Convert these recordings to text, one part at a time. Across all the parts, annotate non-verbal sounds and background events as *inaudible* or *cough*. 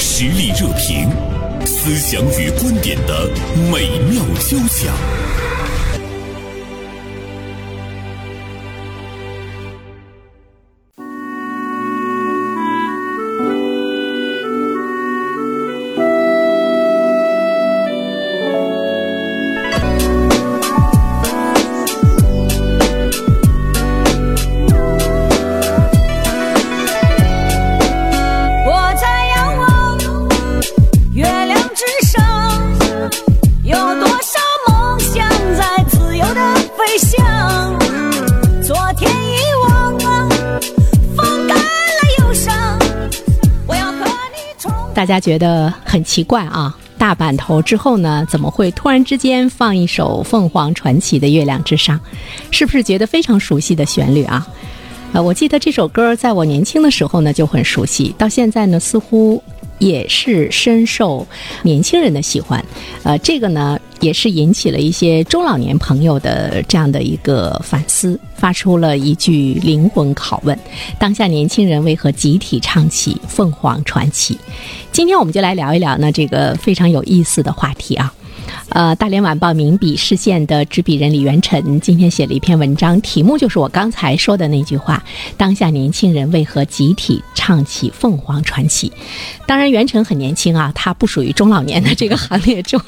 实力热评，思想与观点的美妙交响。我在仰望月亮之上，有多少梦想在自由的飞翔？嗯昨天遗忘了，风干了忧伤。我要和你重大家觉得很奇怪啊，大版头之后呢，怎么会突然之间放一首凤凰传奇的《月亮之上》？是不是觉得非常熟悉的旋律啊？呃，我记得这首歌在我年轻的时候呢就很熟悉，到现在呢似乎也是深受年轻人的喜欢。呃，这个呢也是引起了一些中老年朋友的这样的一个反思，发出了一句灵魂拷问：当下年轻人为何集体唱起凤凰传奇？今天我们就来聊一聊呢这个非常有意思的话题啊。呃，大连晚报名笔视线的执笔人李元辰今天写了一篇文章，题目就是我刚才说的那句话：当下年轻人为何集体唱起凤凰传奇？当然，元辰很年轻啊，他不属于中老年的这个行列中。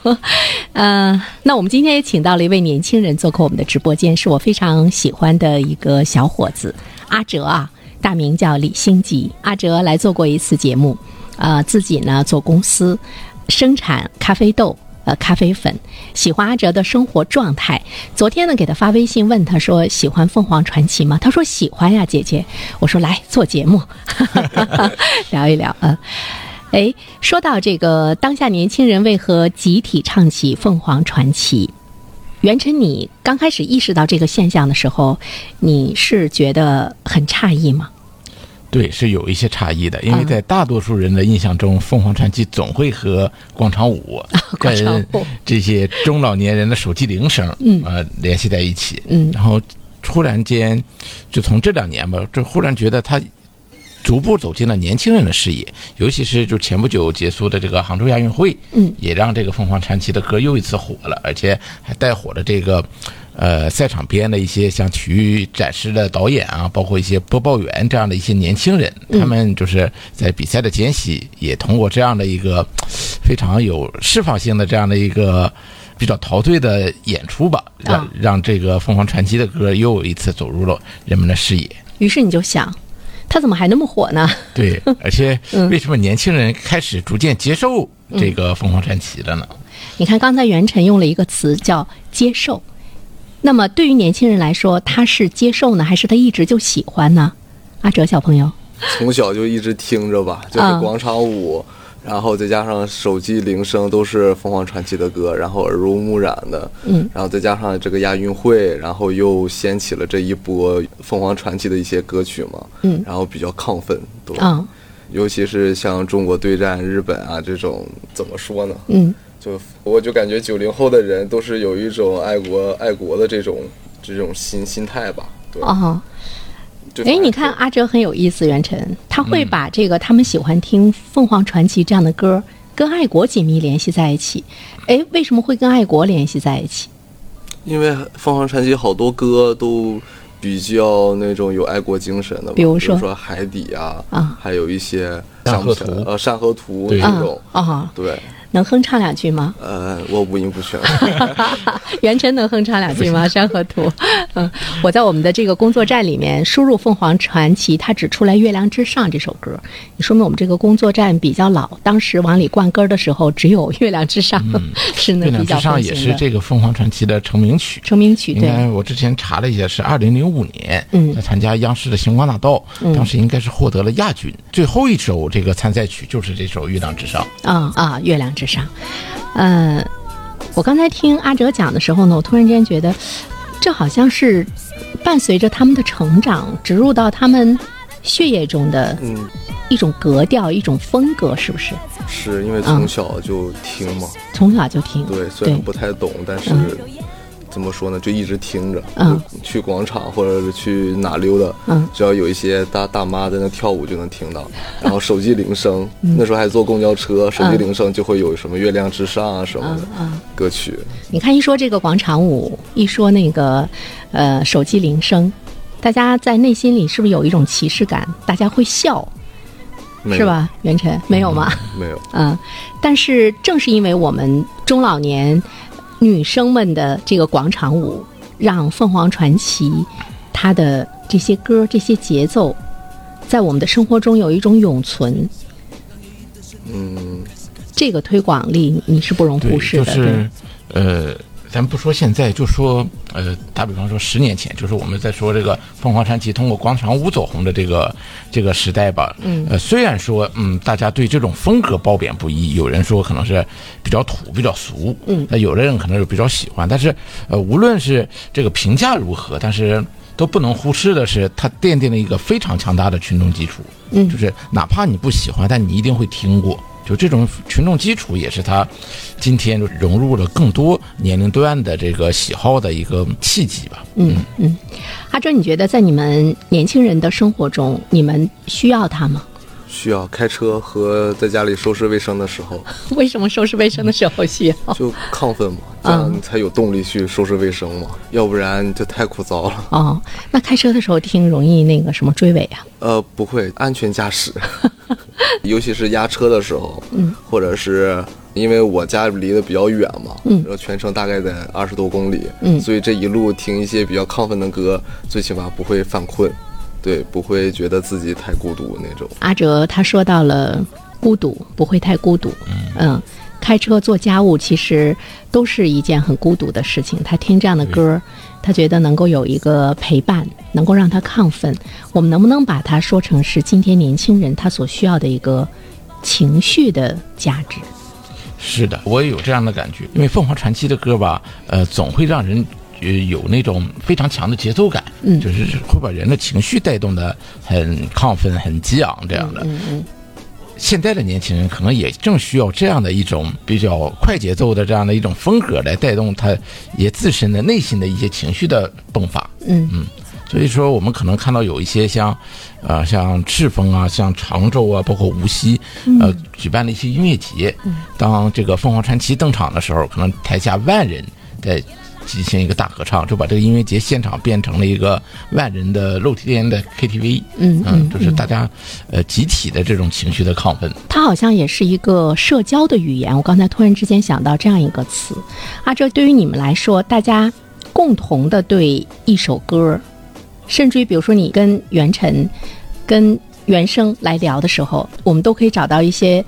呃，那我们今天也请到了一位年轻人做客我们的直播间，是我非常喜欢的一个小伙子阿哲啊，大名叫李兴吉。阿哲来做过一次节目，呃，自己呢做公司，生产咖啡豆。呃，咖啡粉，喜欢阿哲的生活状态。昨天呢，给他发微信问他说喜欢凤凰传奇吗？他说喜欢呀，姐姐。我说来做节目，聊一聊啊。哎，说到这个当下年轻人为何集体唱起凤凰传奇，袁晨，你刚开始意识到这个现象的时候，你是觉得很诧异吗？对，是有一些差异的，因为嗯在大多数人的印象中，凤凰传奇总会和广场舞啊广场舞跟这些中老年人的手机铃声，嗯呃，联系在一起。嗯然后突然间，就从这两年吧，就忽然觉得它逐步走进了年轻人的视野，尤其是就前不久结束的这个杭州亚运会，嗯，也让这个凤凰传奇的歌又一次火了，而且还带火了这个。呃，赛场边的一些像体育展示的导演啊，包括一些播报员这样的一些年轻人，嗯他们就是在比赛的间隙，也通过这样的一个非常有释放性的这样的一个比较陶醉的演出吧，让啊让这个凤凰传奇的歌又有一次走入了人们的视野。于是你就想，他怎么还那么火呢？ *laughs* 对，而且嗯为什么年轻人开始逐渐接受这个凤凰传奇了呢？ *laughs* 嗯你看，刚才袁晨用了一个词叫“接受”，那么对于年轻人来说，他是接受呢，还是他一直就喜欢呢？阿哲小朋友，从小就一直听着吧，就是嗯广场舞，然后再加上手机铃声都是凤凰传奇的歌，然后耳濡目染的，嗯，然后再加上这个亚运会，然后又掀起了这一波凤凰传奇的一些歌曲嘛，嗯然后比较亢奋，对，嗯尤其是像中国对战日本啊这种，怎么说呢？嗯，就我就感觉九零后的人都是有一种爱国爱国的这种这种心心态吧，对，哦，就哎，反你看阿哲很有意思，袁晨他嗯会把这个他们喜欢听凤凰传奇这样的歌跟爱国紧密联系在一起。哎，为什么会跟爱国联系在一起？因为凤凰传奇好多歌都比较那种有爱国精神的嘛，比比如说海底啊，啊还有一些山上不河起图来呃山河图对那种嗯，，哦，对，能哼唱两句吗？ *laughs* 呃，我五音不全，袁晨能哼唱两句吗？《山河图》 *laughs* 嗯，我在我们的这个工作站里面输入“凤凰传奇”，它只出来《月亮之上》这首歌，也说明我们这个工作站比较老。当时往里灌歌的时候，只有《月亮之上》 *laughs* 是那嗯月亮比之较上风也行是的这个凤凰传奇的成名曲。成名曲，应对该我之前查了一下，是二零零五年，嗯在参加央视的《星光大道》当时应该是获得了亚军。最后一首这个参赛曲就是这首《月亮之上》。啊啊，《月亮之上》。呃，我刚才听阿哲讲的时候呢，我突然间觉得，这好像是伴随着他们的成长，植入到他们血液中的嗯，一种格调、一种风格，是不是？是因为嗯从小就听嘛，从小就听，对，虽然不太懂，但是怎么说呢，就一直听着。嗯，去广场或者是去哪溜达，嗯只要有一些大大妈在那跳舞就能 *laughs* 听到。然后手机铃声，嗯那时候还坐公交车，手机铃声就会有什么《月亮之上》啊什么的嗯歌曲。你看，一说这个广场舞，一说那个呃手机铃声，大家在内心里是不是有一种歧视感？大家会笑，没有是？吧？袁晨没有吗？没有，嗯，但是正是因为我们中老年女生们的这个广场舞，让凤凰传奇它的这些歌、这些节奏，在我们的生活中有一种永存。嗯，这个推广力你你是不容对，忽视的，就是，呃，咱不说现在，就说呃，打比方说十年前，就是我们在说这个凤凰传奇通过广场舞走红的这个这个时代吧。嗯，呃，虽然说嗯，大家对这种风格褒贬不一，有人说可能是比较土、比较俗，嗯，那有的人可能是比较喜欢，但是呃，无论是这个评价如何，但是。都不能忽视的是，它奠定了一个非常强大的群众基础。嗯，就是哪怕你不喜欢，但你一定会听过。就这种群众基础，也是它今天就融入了更多年龄段的这个喜好的一个契机吧。嗯，阿哲，你觉得在你们年轻人的生活中，你们需要它吗？需要开车和在家里收拾卫生的 *laughs* 时候， *laughs* 为什么收拾卫生的时候需要？就亢奋嘛，这嗯样你才有动力去收拾卫生嘛，要不然就太枯燥了。哦，那开车的时候听容易那个什么追尾啊？呃，不会，安全驾驶， *laughs* 尤其是压车的时候，嗯，或者是因为我家离得比较远嘛，嗯，然后全程大概在二十多公里，嗯，所以这一路听一些比较亢奋的歌，最起码不会犯困，对，不会觉得自己太孤独那种。阿哲他说到了孤独，不会太孤独。嗯，开车做家务其实都是一件很孤独的事情。他听这样的歌，他觉得能够有一个陪伴，能够让他亢奋。我们能不能把它说成是今天年轻人他所需要的一个情绪的价值？是的，我也有这样的感觉，因为凤凰传奇的歌吧，呃，总会让人。呃，有那种非常强的节奏感，嗯，就是会把人的情绪带动的很亢奋、很激昂这样的。现在的年轻人可能也正需要这样的一种比较快节奏的这样的一种风格来带动他也自身的内心的一些情绪的迸发。嗯嗯，所以说我们可能看到有一些像，呃，像赤峰啊，像常州啊，包括无锡，呃，嗯举办了一些音乐节。当这个凤凰传奇登场的时候，可能台下万人在。进行一个大合唱，就把这个音乐节现场变成了一个万人的露天的 KTV，嗯嗯就是大家，呃，集体的这种情绪的亢奋，它好像也是一个社交的语言。我刚才突然之间想到这样一个词，阿哲，对于你们来说，大家共同的对一首歌，甚至于比如说你跟袁晨、跟袁生来聊的时候，我们都可以找到一些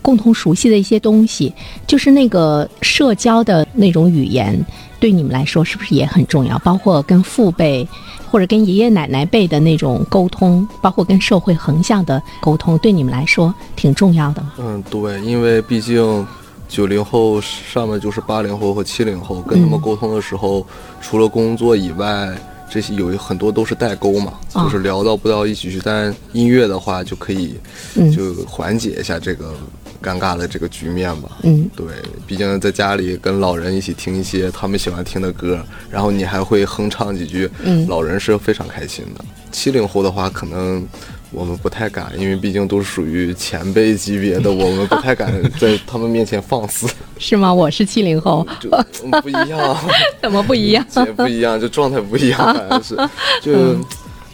共同熟悉的一些东西，就是那个社交的那种语言，对你们来说是不是也很重要？包括跟父辈或者跟爷爷奶奶辈的那种沟通，包括跟社会横向的沟通，对你们来说挺重要的吗？嗯，对，因为毕竟九零后上面就是八零后和七零后，跟他嗯们沟通的时候，除了工作以外，这些有很多都是代沟嘛，啊就是聊到不到一起去。但音乐的话，就可以嗯就缓解一下这个尴尬的这个局面吧。嗯，对，毕竟在家里跟老人一起听一些他们喜欢听的歌，然后你还会哼唱几句，嗯老人是非常开心的。七零后的话，可能我们不太敢，因为毕竟都是属于前辈级 *laughs* 别的，我们不太敢在他们面前放肆，是吗？我是七零后，就嗯不一样， *laughs* 怎么不一样？也不一样，就状态不一样，*laughs* 反正嗯是就。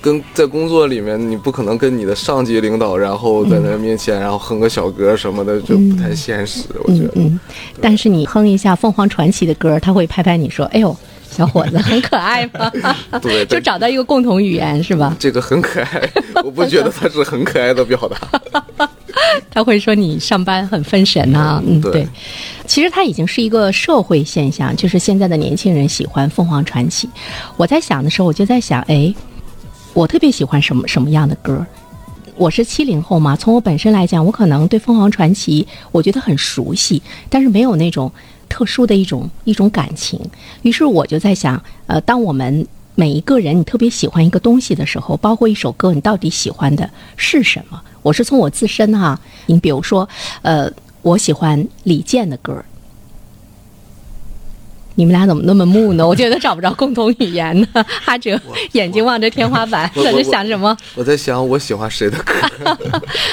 跟在工作里面，你不可能跟你的上级领导，然后在他面前，然后哼个小歌什么的，就不太现实。我觉得，嗯，但是你哼一下凤凰传奇的歌，他会拍拍你说：“哎呦，小伙子很可爱嘛。对” *laughs* 就但找到一个共同语言是吧？这个很可 *laughs* 爱，我不觉得它是很可爱的表达。他会说你上班很分神呐、嗯，对对。其实它已经是一个社会现象，就是现在的年轻人喜欢凤凰传奇。我在想的时候，我就在想，哎，我特别喜欢什么什么样的歌？我是七零后嘛，从我本身来讲，我可能对凤凰传奇我觉得很熟悉，但是没有那种特殊的一种一种感情。于是我就在想，呃，当我们每一个人你特别喜欢一个东西的时候，包括一首歌，你到底喜欢的是什么？我是从我自身哈、你比如说，呃，我喜欢李健的歌，你们俩怎么那么木呢？我觉得找不着共同语言 *laughs* 呢。哈哲眼睛望着天花板，我在我这想什么？我在想我喜欢谁的歌，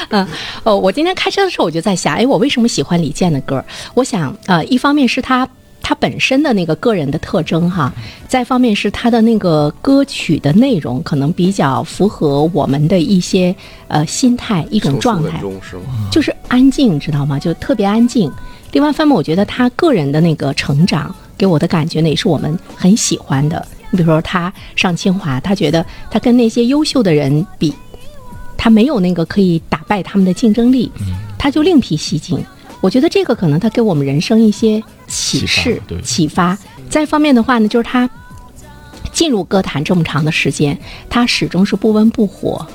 嗯，哦，我今天开车的时候我就在想，哎，我为什么喜欢李健的歌？我想，呃，一方面是他他本身的那个个人的特征哈，再一方面是他的那个歌曲的内容可能比较符合我们的一些呃心态一种成熟状稳态，重是吗？就是安静，知道吗？就特别安静。另外一方面，我觉得他个人的那个成长给我的感觉呢，也是我们很喜欢的。你比如说，他上清华，他觉得他跟那些优秀的人比，他没有那个可以打败他们的竞争力，嗯他就另辟蹊径。我觉得这个可能他给我们人生一些启启发示、对启发。再一方面的话呢，就是他进入歌坛这么长的时间，他始终是不温不火。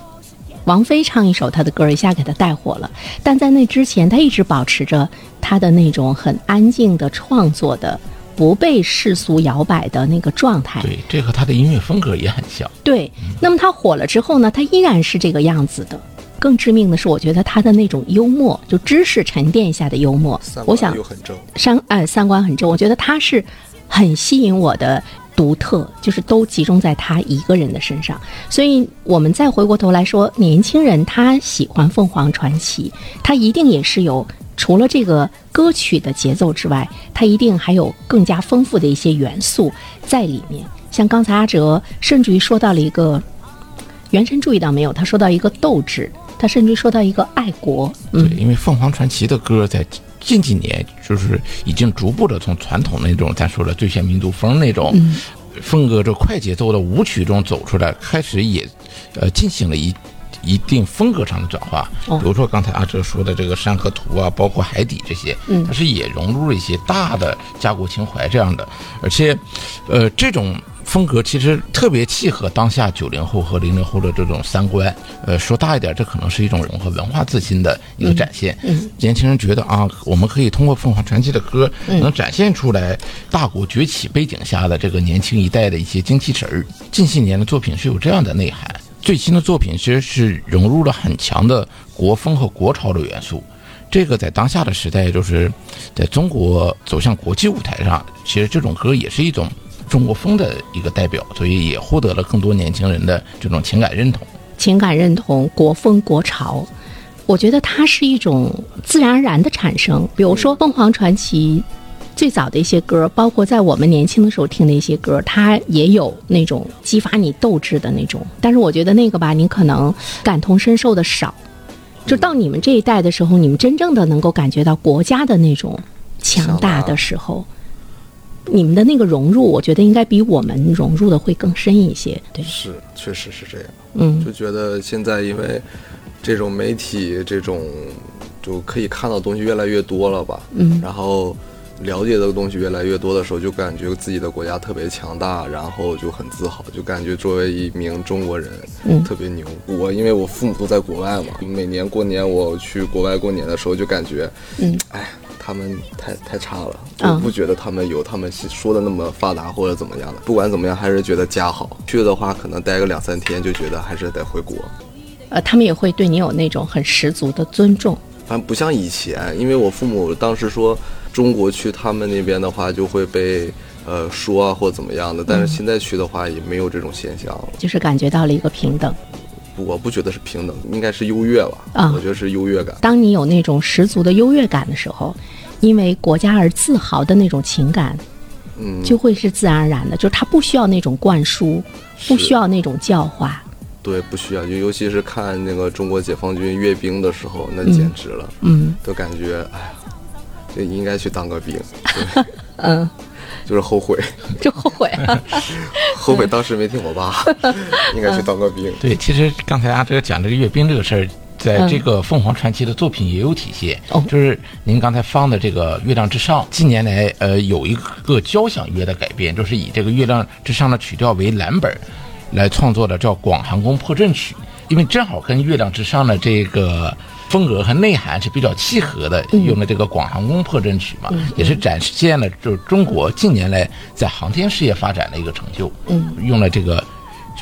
王菲唱一首他的歌，一下给他带火了。但在那之前，他一直保持着他的那种很安静的创作的、不被世俗摇摆的那个状态。对，这和他的音乐风格也很像。对，那么他火了之后呢，他依然是这个样子的。更致命的是，我觉得他的那种幽默，就知识沉淀下的幽默三，我观想又很正，三呃三观很正，我觉得他是很吸引我的独特，就是都集中在他一个人的身上。所以我们再回过头来说，年轻人他喜欢凤凰传奇，他一定也是有除了这个歌曲的节奏之外，他一定还有更加丰富的一些元素在里面。像刚才阿哲甚至于说到了一个原神注意到没有？他说到一个斗志，他甚至于说到一个爱国，嗯，对，因为凤凰传奇的歌在近几年就是已经逐步的从传统那种咱说的最炫民族风那种嗯风格，这快节奏的舞曲中走出来，开始也呃进行了一。一定风格上的转化，哦比如说刚才阿哲说的这个山河图啊，包括海底这些，嗯它是也融入了一些大的家国情怀这样的，而且，呃，这种风格其实特别契合当下九零后和零零后的这种三观。呃，说大一点，这可能是一种融合文化自信的一个展现。年轻人觉得啊，我们可以通过凤凰传奇的歌，能展现出来大国崛起背景下的这个年轻一代的一些精气神儿。近些年的作品是有这样的内涵。最新的作品其实是融入了很强的国风和国潮的元素，这个在当下的时代，就是在中国走向国际舞台上，其实这种歌也是一种中国风的一个代表，所以也获得了更多年轻人的这种情感认同。情感认同、国风、国潮，我觉得它是一种自然而然的产生。比如说凤凰传奇最早的一些歌，包括在我们年轻的时候听的一些歌，它也有那种激发你斗志的那种。但是我觉得那个吧，你可能感同身受的少。就到你们这一代的时候，你们真正的能够感觉到国家的那种强大的时候，你们的那个融入，我觉得应该比我们融入的会更深一些。对，是，确实是这样。嗯就觉得现在因为这种媒体这种就可以看到的东西越来越多了吧，嗯然后了解的东西越来越多的时候，就感觉自己的国家特别强大，然后就很自豪，就感觉作为一名中国人，嗯特别牛。我因为我父母都在国外嘛，每年过年我去国外过年的时候，就感觉，嗯，哎。他们太太差了，嗯我不觉得他们有他们说的那么发达或者怎么样的。不管怎么样，还是觉得家好。去的话，可能待个两三天就觉得还是得回国。呃，他们也会对你有那种很十足的尊重。反正不像以前，因为我父母当时说中国去他们那边的话就会被呃说啊或怎么样的，但是现在去的话也没有这种现象了。就是感觉到了一个平等。我不觉得是平等，应该是优越吧？啊我觉得是优越感。当你有那种十足的优越感的时候，因为国家而自豪的那种情感，嗯，就会是自然而然的，就是他不需要那种灌输，不需要那种教化。对，不需要，就尤其是看那个中国解放军阅兵的时候，那简直了，嗯，都感觉哎呀，就应该去当个兵。对 *laughs* 嗯，就是后悔，就后悔啊了。后悔当时没听我 *laughs* 爸，应该去当个兵。对，嗯其实刚才阿哲讲这个阅兵这个事儿，在这个凤凰传奇的作品也有体现，哦就是您刚才放的这个《月亮之上》，近年来呃有一个交响乐的改编，就是以这个《月亮之上》的曲调为蓝本儿来创作的，叫《广寒宫破阵曲》，因为正好跟《月亮之上》的这个。风格和内涵是比较契合的，用的这个广寒宫破阵曲嘛，也是展现了就是中国近年来在航天事业发展的一个成就。嗯，用了这个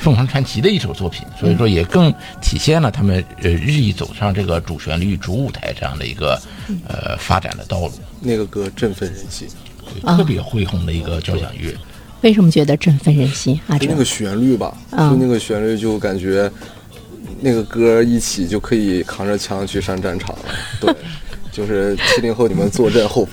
凤凰传奇的一首作品，所以说也更体现了他们呃日益走上这个主旋律、主舞台这样的一个呃发展的道路。那个歌振奋人心，会，特别恢宏的一个交响乐。为什么觉得振奋人心？啊阿就哲那个旋律吧，嗯就那个旋律就感觉那个歌一起就可以扛着枪去上战 *laughs* 场了。对，就是七零后你们坐镇后嗯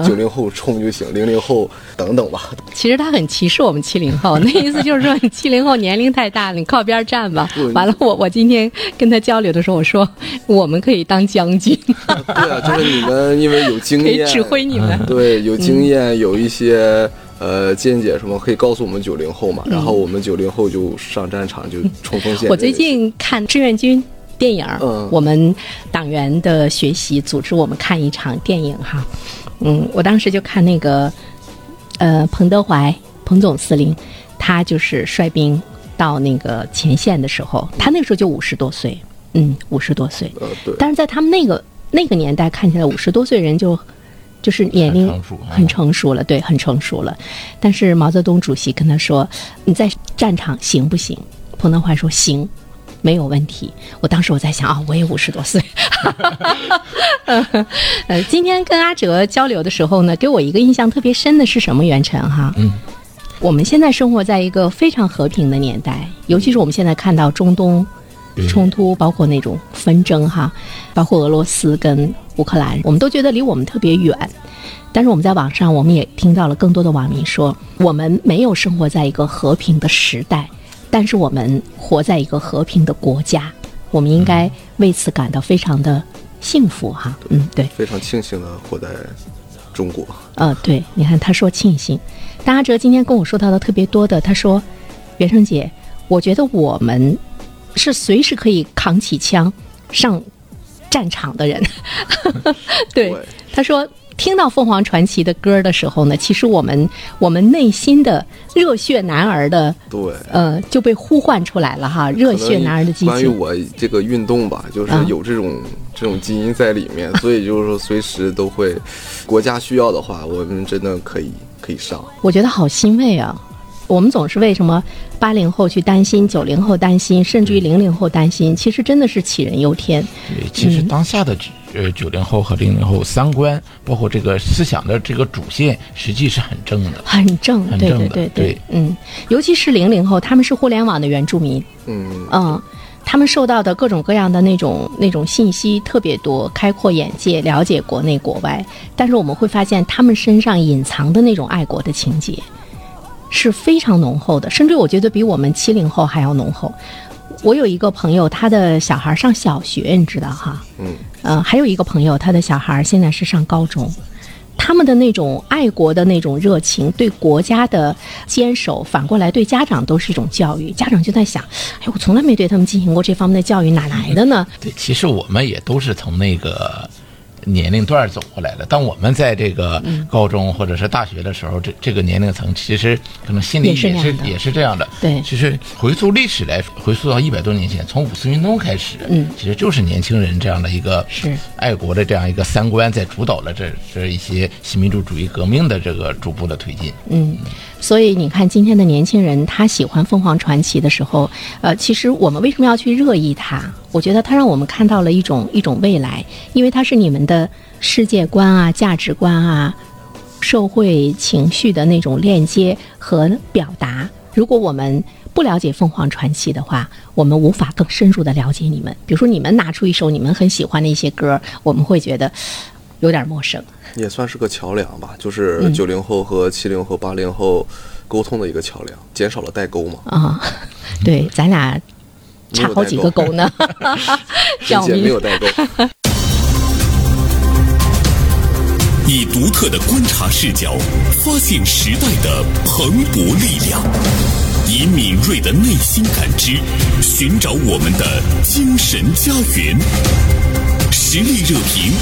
方，九零后冲就行，零零后等等 *laughs* 吧。其实他很歧视我们七零后，那意思就是说你七零后年龄太大了，你靠边儿站吧对。完了，我我今天跟他交流的时候，我说我们可以当将军，对啊，就是你们因为有经可以验，嗯指挥你们。对，有经验，有一些呃见解什么，可以告诉我们九零后嘛。嗯然后我们九零后就上战场，就冲锋陷阵。我最近看志愿军电影儿，嗯我们党员的学习组织我们看一场电影哈，嗯，我当时就看那个，呃，彭德怀，彭总司令，他就是率兵到那个前线的时候，他那个时候就五十多岁，嗯，五十多岁，呃，对，但是在他们那个那个年代，看起来五十多岁人就就是年龄很成熟啊很成熟了，对，很成熟了。但是毛泽东主席跟他说：“你在战场行不行？”彭德怀说：“行。”没有问题。我当时我在想啊，我也五十多岁， *laughs* 呃，今天跟阿哲交流的时候呢，给我一个印象特别深的是什么？袁晨哈，嗯，我们现在生活在一个非常和平的年代，尤其是我们现在看到中东对冲突，包括那种纷争哈，包括俄罗斯跟乌克兰，我们都觉得离我们特别远。但是我们在网上，我们也听到了更多的网民说，我们没有生活在一个和平的时代，但是我们活在一个和平的国家，我们应该为此感到非常的幸福哈。嗯，对。非常庆幸的活在中国。呃，对，你看他说庆幸，但阿哲今天跟我说到的特别多的，他说，袁生姐，我觉得我们是随时可以扛起枪上战场的人。 *laughs* 对对，他说。听到凤凰传奇的歌的时候呢，其实我们我们内心的热血男儿的对，呃就被呼唤出来了哈，热血男儿的激关于情。我这个运动吧，就是嗯有这种、这种基因在里面，所以就是说随时都会，国家需要的话，我们真的可以可以上。我觉得好欣慰啊！我们总是为什么八零后去担心，九零后担心，甚至于零零后担心，其实真的是杞人忧天。对，其实当下的九呃九零后和零零后三观，包括这个思想的这个主线，实际是很正的。很正，很对正对的对对嗯，尤其是零零后，他们是互联网的原住民，嗯，嗯，他们受到的各种各样的那种那种信息特别多，开阔眼界，了解国内国外。但是我们会发现，他们身上隐藏的那种爱国的情节是非常浓厚的，甚至我觉得比我们七零后还要浓厚。我有一个朋友，他的小孩上小学，你知道哈？嗯。呃，还有一个朋友，他的小孩现在是上高中。他们的那种爱国的那种热情，对国家的坚守，反过来对家长都是一种教育。家长就在想，哎，我从来没对他们进行过这方面的教育，哪来的呢？对，其实我们也都是从那个年龄段儿走过来的。当我们在这个嗯高中或者是大学的时候，这这个年龄层，其实可能心里也是也是那样的也是这样的。对其实回溯历史来，回溯到一百多年前，从五四运动开始，嗯，其实就是年轻人这样的一个是爱国的这样一个三观，在主导了这这一些新民主主义革命的这个逐步的推进。所以你看，今天的年轻人他喜欢凤凰传奇的时候，呃，其实我们为什么要去热议它？我觉得它让我们看到了一种一种未来，因为它是你们的世界观啊、价值观啊、社会情绪的那种链接和表达。如果我们不了解凤凰传奇的话，我们无法更深入的了解你们。比如说，你们拿出一首你们很喜欢的一些歌，我们会觉得有点陌生。也算是个桥梁吧，嗯就是九零后和七零后、八零后沟通的一个桥梁，减少了代沟嘛。啊、 *laughs* 对，咱俩差好几个勾呢。 *laughs* *laughs* 之小间明没有代沟。以独特的观察视角，发现时代的蓬勃力量；以敏锐的内心感知，寻找我们的精神家园。实力热评，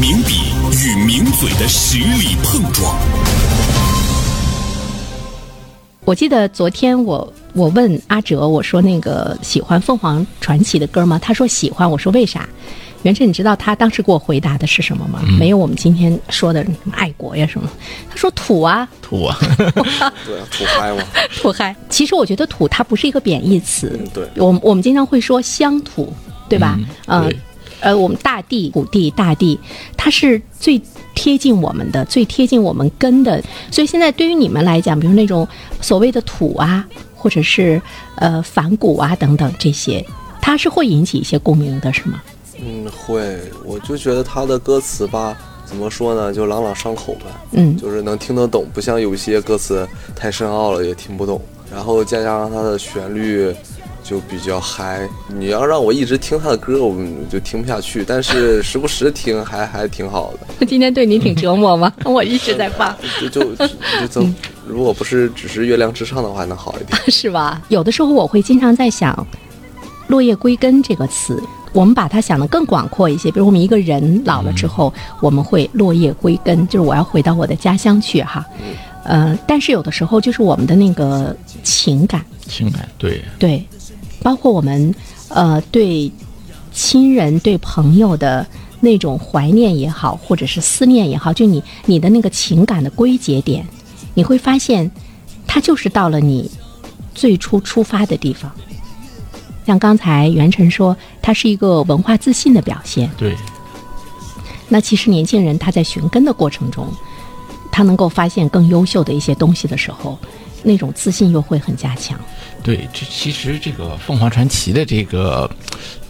名笔与名嘴的实力碰撞。我记得昨天我我问阿哲，我说那个喜欢凤凰传奇的歌吗？他说喜欢，我说为啥？袁晨，你知道他当时给我回答的是什么吗？没有我们今天说的什么爱国呀什么，他说土啊，土 *laughs* 啊，对啊，土嗨嘛，土嗨。其实我觉得土它不是一个贬义词，嗯对我们我们经常会说乡土，对吧？嗯呃对呃，我们大地、土地、大地，它是最贴近我们的、最贴近我们根的。所以现在对于你们来讲，比如那种所谓的土啊，或者是呃反骨啊等等这些，它是会引起一些共鸣的，是吗？嗯，会，我就觉得他的歌词吧，怎么说呢，就朗朗上口吧，嗯就是能听得懂，不像有些歌词太深奥了也听不懂。然后再加上它的旋律就比较嗨，你要让我一直听他的歌，我们就听不下去。但是时不时听还还挺好 *laughs* 的。今天对你挺折磨 *laughs* 吗？我一直在放。就就就就增，如果不是只是月亮之上的话，还能好一点。 *laughs* 是吧？有的时候我会经常在想“落叶归根”这个词，我们把它想得更广阔一些。比如我们一个人老了之后，我们会落叶归根，就是我要回到我的家乡去哈。呃，但是有的时候就是我们的那个情感，情感对，对，包括我们呃对亲人、对朋友的那种怀念也好，或者是思念也好，就你你的那个情感的归结点，你会发现，它就是到了你最初出发的地方。像刚才袁晨说，它是一个文化自信的表现。对，那其实年轻人他在寻根的过程中，他能够发现更优秀的一些东西的时候，那种自信又会很加强。对，这其实这个凤凰传奇的这个，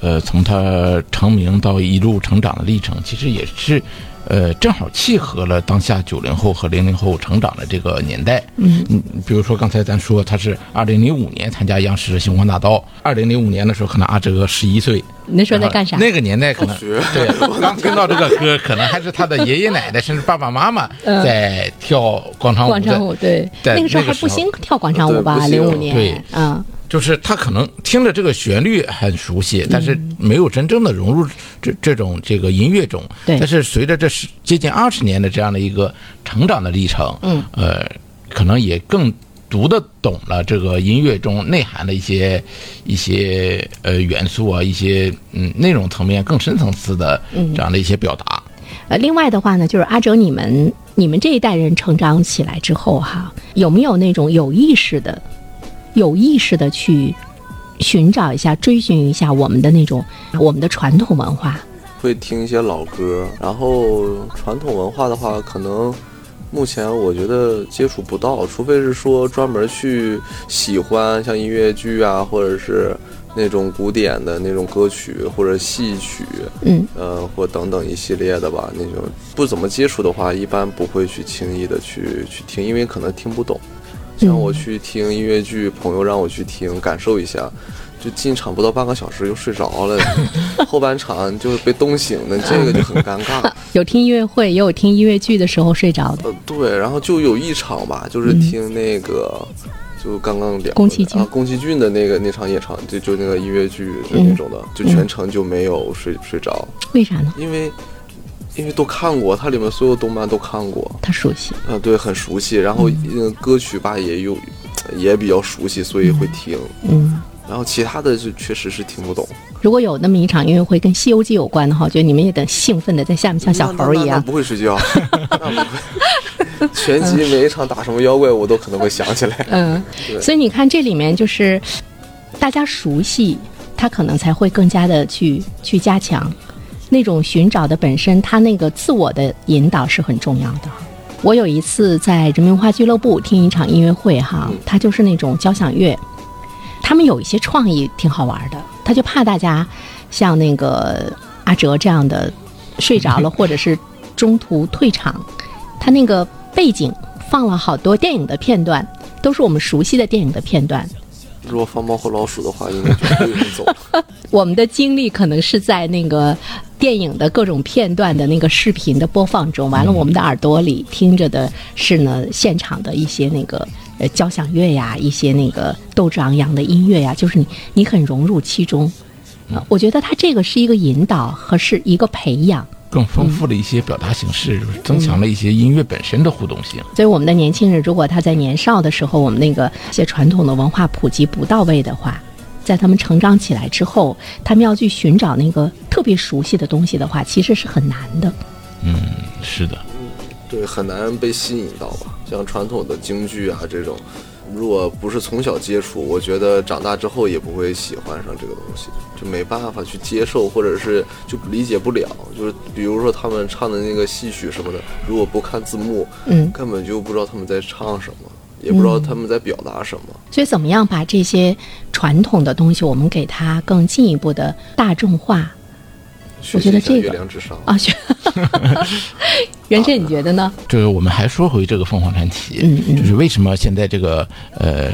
呃，从它成名到一路成长的历程，其实也是，呃，正好契合了当下九零后和零零后成长的这个年代。嗯，比如说刚才咱说他是二零零五年参加央视的《星光大道》，二零零五年的时候可能阿哲十一岁。你那时候在干啥？那个年代可能对，刚听到这个歌，可能还是他的爷爷奶奶甚至爸爸妈妈在跳广场舞的。嗯广场舞，对，在那个时候那个还时不候兴跳广场舞对不吧？兴零五年，对嗯，就是他可能听着这个旋律很熟悉，但是没有真正的融入这这种这个音乐中。对但是随着这十接近二十年的这样的一个成长的历程，嗯，呃，可能也更读得懂了这个音乐中内涵的一些一些呃元素啊，一些嗯内容层面更深层次的这样的一些表达。呃，另外的话呢，就是阿哲，你们你们这一代人成长起来之后哈，有没有那种有意识的、有意识的去寻找一下、追寻一下我们的那种我们的传统文化？会听一些老歌，然后传统文化的话，可能目前我觉得接触不到，除非是说专门去喜欢像音乐剧啊，或者是那种古典的那种歌曲或者戏曲，嗯，呃，或等等一系列的吧。那种不怎么接触的话，一般不会去轻易的去去听，因为可能听不懂。像嗯我去听音乐剧，朋友让我去听，感受一下，就进场不到半个小时就睡 *laughs* 着了，后半场就是被冻醒的，这个就很尴 *laughs* 尬。有听音乐会，也有听音乐剧的时候睡着的。呃，对，然后就有一场吧，就是听那个，就刚刚聊嗯宫崎骏啊，宫崎骏的那个那场演唱，就就那个音乐剧就那种的，嗯就全程就没有睡睡着，为啥呢？因为因为都看过，它里面所有动漫都看过，他熟悉。啊，对，很熟悉。然后嗯，歌曲吧也有呃也比较熟悉，所以会听。嗯，然后其他的就确实是听不懂，如果有那么一场音乐会跟《西游记》有关的话，我觉得你们也得兴奋的在下面像小那猴儿那一那那样。不会 *laughs* 睡觉，那不会。全集每一场打什么妖怪，我都可能会想起来。 *laughs* 嗯，对所以你看这里面就是大家熟悉，他可能才会更加的去去加强那种寻找的本身，他那个自我的引导是很重要的。我有一次在人民文化俱乐部听一场音乐会哈，它就是那种交响乐，他们有一些创意挺好玩的，他就怕大家像那个阿哲这样的睡着了，或者是中途退场。他那个背景放了好多电影的片段，都是我们熟悉的电影的片段。如果放猫和老鼠的话，应该就不会有人走了。我们的精力可能是在那个电影的各种片段的那个视频的播放中，完了我们的耳朵里听着的是呢现场的一些那个呃交响乐呀，一些那个斗志昂扬的音乐呀，就是你你很融入其中。呃我觉得他这个是一个引导和是一个培养，更丰富了一些表达形式，就是增强了一些音乐本身的互动性。所以我们的年轻人，如果他在年少的时候，我们那个一些传统的文化普及不到位的话，在他们成长起来之后，他们要去寻找那个特别熟悉的东西的话，其实是很难的。是的，对，很难被吸引到吧？像传统的京剧啊这种，如果不是从小接触，我觉得长大之后也不会喜欢上这个东西，就没办法去接受，或者是就理解不了。就是比如说他们唱的那个戏曲什么的，如果不看字幕，嗯根本就不知道他们在唱什么，也不知道他们在表达什么。所以，怎么样把这些传统的东西，我们给它更进一步的大众化嗯我觉学习得一下这个月亮之上，啊？ *laughs* 学， *laughs* 袁振，你觉得呢？就是我们还说回这个凤凰传奇，嗯就是为什么现在这个呃，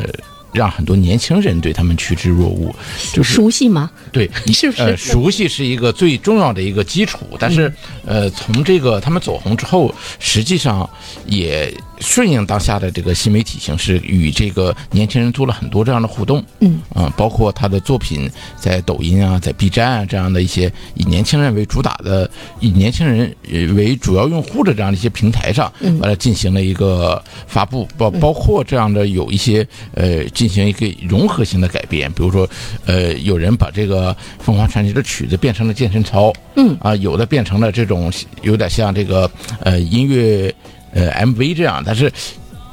让很多年轻人对他们趋之若鹜，就是熟悉吗？对，*laughs* 你是不嗯是呃，熟悉是一个最重要的一个基础，但是、呃，从这个他们走红之后，实际上也顺应当下的这个新媒体形式，与这个年轻人做了很多这样的互动。嗯，啊、包括他的作品在抖音啊，在 B 站啊这样的一些以年轻人为主打的，以年轻人呃为主要用户的这样的一些平台上，嗯完了进行了一个发布，包包括这样的有一些呃进行一个融合性的改变，比如说呃有人把这个凤凰传奇的曲子变成了健身操，嗯啊有的变成了这种有点像这个呃音乐呃 MV 这样，但是。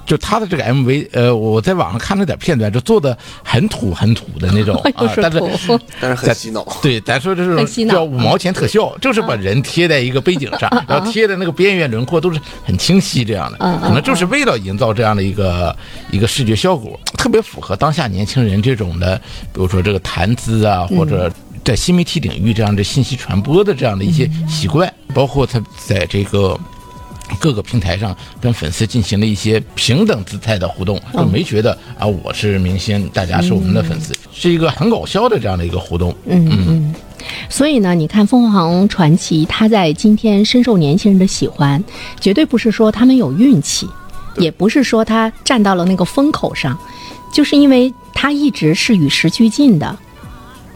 就他的这个 MV，呃，我在网上看了点片段，就做的很土很土的 *laughs* 那种又啊，说但是土但是很咱洗脑。 *laughs* 对，咱说这很洗是脑嗯叫五毛钱特效，就是把人贴在一个背景上，然后贴的那个边缘轮廓都是很清晰这样的，嗯嗯可能就是为了营造这样的一个一个视觉效果，特别符合当下年轻人这种的，比如说这个谈资啊，或嗯者在新媒体领域这样的信息传播的这样的一些嗯习惯，包括他在这个。各个平台上跟粉丝进行了一些平等姿态的互动，就嗯没觉得啊我是明星，大家是我们的粉丝，是一个很搞笑的这样的一个互动。所以呢，你看凤凰传奇，它在今天深受年轻人的喜欢，绝对不是说他们有运气，也不是说他站到了那个风口上，就是因为它一直是与时俱进的。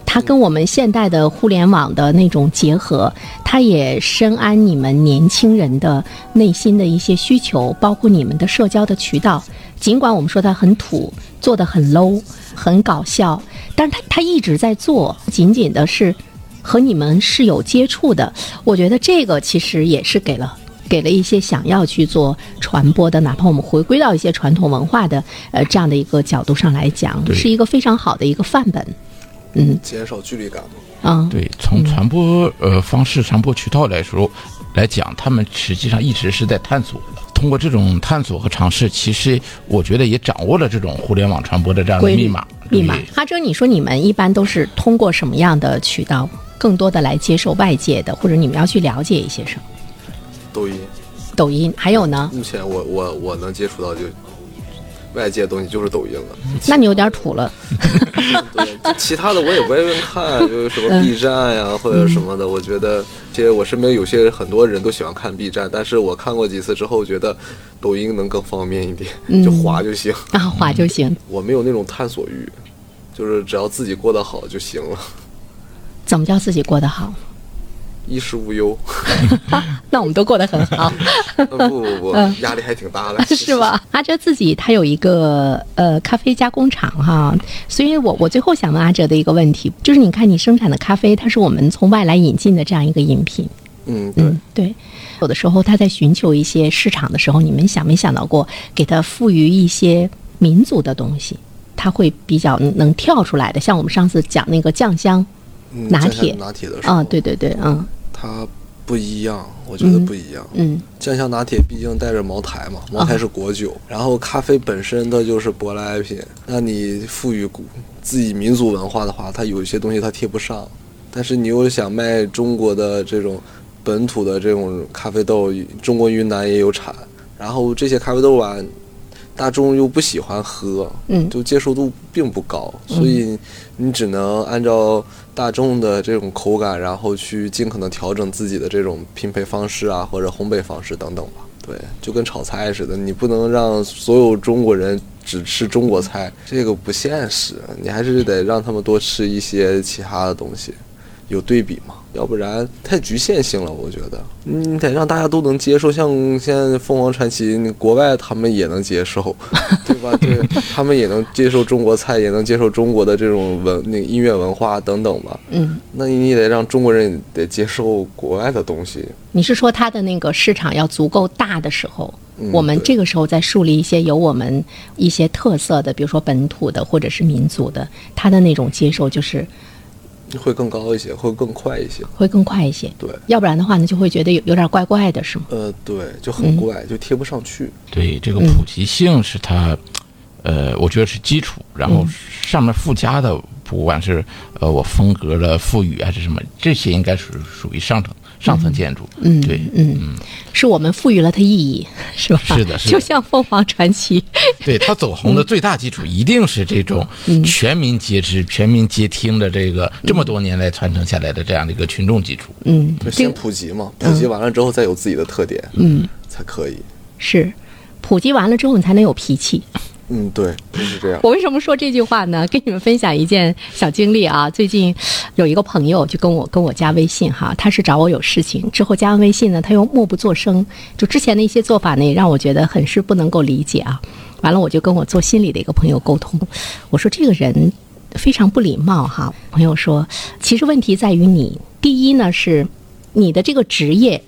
它跟我们现代的互联网的那种结合，它也深谙你们年轻人的内心的一些需求，包括你们的社交的渠道。尽管我们说它很土，做的很 low，很搞笑，但是它它一直在做，仅仅的是和你们是有接触的。我觉得这个其实也是给了。给了一些想要去做传播的，哪怕我们回归到一些传统文化的呃这样的一个角度上来讲，对是一个非常好的一个范本。减少距离感嘛。嗯，对，从传播呃方式、传播渠道来说来讲，他们实际上一直是在探索的。通过这种探索和尝试，其实我觉得也掌握了这种互联网传播的这样的规律密码。密码对。阿哲，你说你们一般都是通过什么样的渠道，更多的来接受外界的，或者你们要去了解一些什么？抖音，抖音，还有呢？目前我我我能接触到就外界的东西就是抖音了，那你有点土了，对， *laughs* 其他的我也不愿意看，就是什嗯么 B 站呀、或者什么的。我觉得，其实我身边有些很多人都喜欢看 B 站，但是我看过几次之后，觉得抖音能更方便一点，就滑就行。啊，滑就行。我没有那种探索欲，就是只要自己过得好就行了，怎么叫自己过得好？衣食无忧。 *laughs* 那我们都过得很 *laughs* 好，呃不不不，压力还挺大的，嗯 *laughs* 是？吧？阿哲自己他有一个呃咖啡加工厂哈，所以我我最后想问阿哲的一个问题，就是你看你生产的咖啡，它是我们从外来引进的这样一个饮品，嗯，对。对，有的时候他在寻求一些市场的时候，你们想没想到过给他赋予一些民族的东西，他会比较能跳出来的。像我们上次讲那个酱香，嗯拿讲讲铁拿铁的时候，啊、对对对，嗯它不一样，我觉得不一样。嗯，酱香拿铁毕竟带着茅台嘛，茅台是国酒，然后咖啡本身它就是舶来品，那你赋予古自己民族文化的话，它有一些东西它贴不上，但是你又想卖中国的这种本土的这种咖啡豆，中国云南也有产，然后这些咖啡豆吧，大众又不喜欢喝，嗯就接受度并不高，所以你只能按照大众的这种口感，然后去尽可能调整自己的这种拼配方式啊，或者烘焙方式等等吧。对，就跟炒菜似的，你不能让所有中国人只吃中国菜，这个不现实，你还是得让他们多吃一些其他的东西。有对比嘛，要不然太局限性了。我觉得嗯你得让大家都能接受，像现在凤凰传奇，国外他们也能 *laughs* 接受，对吧？对，他们也能接受中国菜，也能接受中国的这种文那个音乐文化等等吧。嗯，那你也得让中国人也得接受国外的东西，你是说他的那个市场要足够大的时候，我们这个时候再树立一些有我们一些特色的，比如说本土的或者是民族的，他的那种接受就是会更高一些，会更快一些。会更快一些。对要不然的话呢，就会觉得有有点怪怪的，是吗？呃，对，嗯就很怪，就贴不上去。对，这个普及性是它，呃，我觉得是基础，然后嗯上面附加的，不管是呃我风格了、赋予啊还是什么，这些应该属属于上层上层建筑。嗯，对，嗯，是我们赋予了它意 *laughs* 义，是吧？是的是的就像凤凰传奇， *laughs* 对，它走红的最大基础一定是这种全民皆知、全民皆听的这个这么多年来传承下来的这样的一个群众基础。嗯，就这先个普及嘛，普及完了之后再有自己的特点，嗯，才可以。是普及完了之后，你才能有脾气。 *laughs* 嗯，对，就是这样。我为什么说这句话呢？跟你们分享一件小经历啊。最近有一个朋友就跟我跟我加微信哈，他是找我有事情，之后加完微信呢，他又默不作声，就之前的一些做法呢，也让我觉得很是不能够理解啊。完了，我就跟我做心理的一个朋友沟通，我说这个人非常不礼貌哈。朋友说，其实问题在于你，第一呢是你的这个职业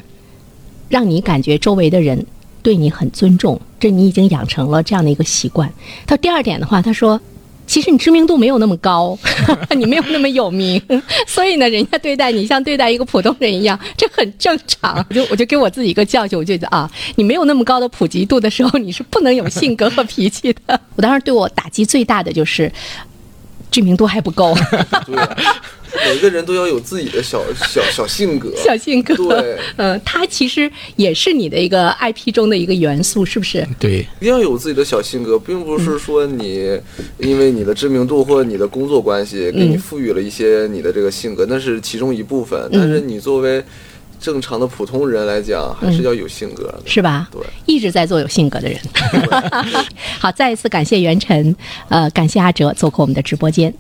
让你感觉周围的人对你很尊重，这你已经养成了这样的一个习惯。到第二点的话，他说。其实你知名度没有那么高， *laughs* 你没有那么有名， *laughs* 所以呢，人家对待你像对待一个普通人一样，这很正常。 *laughs* 我就我就给我自己一个教训，我觉得啊，你没有那么高的普及度的时候，你是不能有性格和脾气的。 *laughs* 我当时对我打击最大的就是知名度还不够， *laughs* 对啊，每个人都要有自己的小小小性格。小性格，对 *laughs* 嗯，它其实也是你的一个 IP 中的一个元素，是不是？对，一定要有自己的小性格，并不是说嗯你因为你的知名度或者你的工作关系嗯给你赋予了一些你的这个性格，那是其中一部分。嗯但是你作为正常的普通人来讲，还是要有性格的。是吧？对一直在做有性格的人。 *laughs* 好，再一次感谢袁晨，呃，感谢阿哲做客我们的直播间。